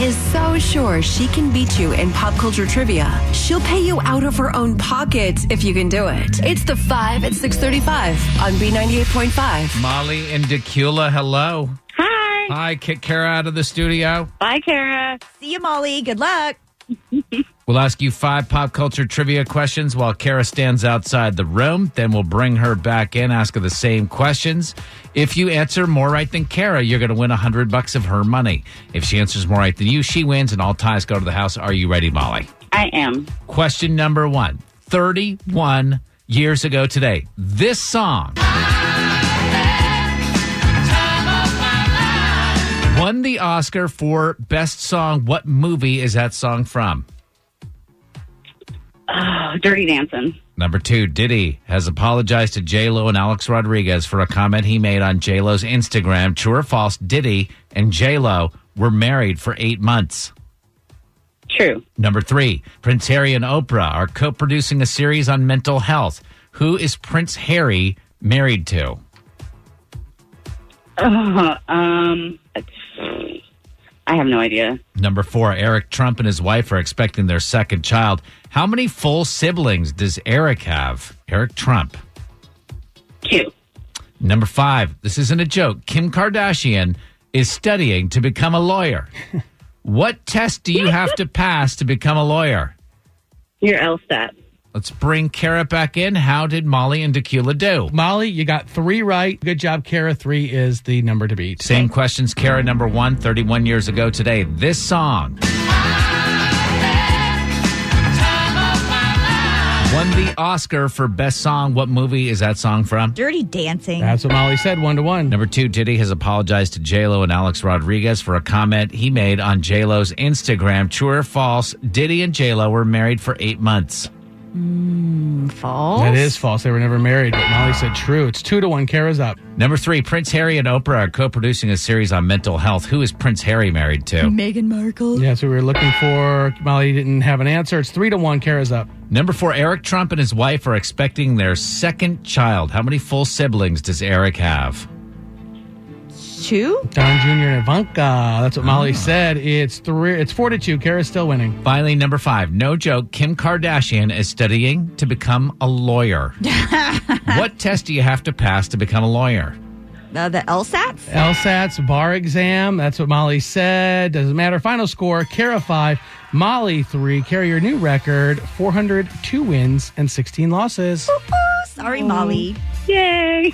is so sure she can beat you in pop culture trivia. She'll pay you out of her own pocket if you can do it. It's the 5 at 635 on B98.5. Molly and Decula, hello. Hi. Hi, kick Kara out of the studio. Bye, Kara. See you, Molly. Good luck. We'll ask you five pop culture trivia questions while Kara stands outside the room. Then we'll bring her back in, ask her the same questions. If you answer more right than Kara, you're going to win 100 bucks of her money. If she answers more right than you, she wins and all ties go to the house. Are you ready, Molly? I am. Question number one 31 years ago today, this song won the Oscar for Best Song. What movie is that song from? Oh, dirty dancing. Number two, Diddy has apologized to J Lo and Alex Rodriguez for a comment he made on J Lo's Instagram. True or false? Diddy and J Lo were married for eight months. True. Number three, Prince Harry and Oprah are co producing a series on mental health. Who is Prince Harry married to? Uh, um, I have no idea. Number four, Eric Trump and his wife are expecting their second child. How many full siblings does Eric have? Eric Trump. Two. Number five, this isn't a joke. Kim Kardashian is studying to become a lawyer. what test do you have to pass to become a lawyer? Your LSAT. Let's bring Kara back in. How did Molly and Decula do? Molly, you got three right. Good job, Kara. Three is the number to beat. Same questions, Kara number one, 31 years ago today. This song won the Oscar for Best Song. What movie is that song from? Dirty dancing. That's what Molly said. One to one. Number two, Diddy has apologized to J-Lo and Alex Rodriguez for a comment he made on J-Lo's Instagram. True or false, Diddy and J-Lo were married for eight months. false. That is false. They were never married, but Molly said true. It's two to one. Kara's up. Number three, Prince Harry and Oprah are co-producing a series on mental health. Who is Prince Harry married to? Meghan Markle. Yeah, so we were looking for. Molly didn't have an answer. It's three to one. Kara's up. Number four, Eric Trump and his wife are expecting their second child. How many full siblings does Eric have? Two. Don Jr. and Ivanka. That's what Molly said. It's three. It's four to two. Kara's still winning. Finally, number five, no joke, Kim Kardashian is studying to become a lawyer. what test do you have to pass to become a lawyer? Uh, the LSATs. LSAT's bar exam. That's what Molly said. Doesn't matter. Final score: Kara five, Molly three. Kara, your new record: four hundred two wins and sixteen losses. Sorry, Molly. Yay.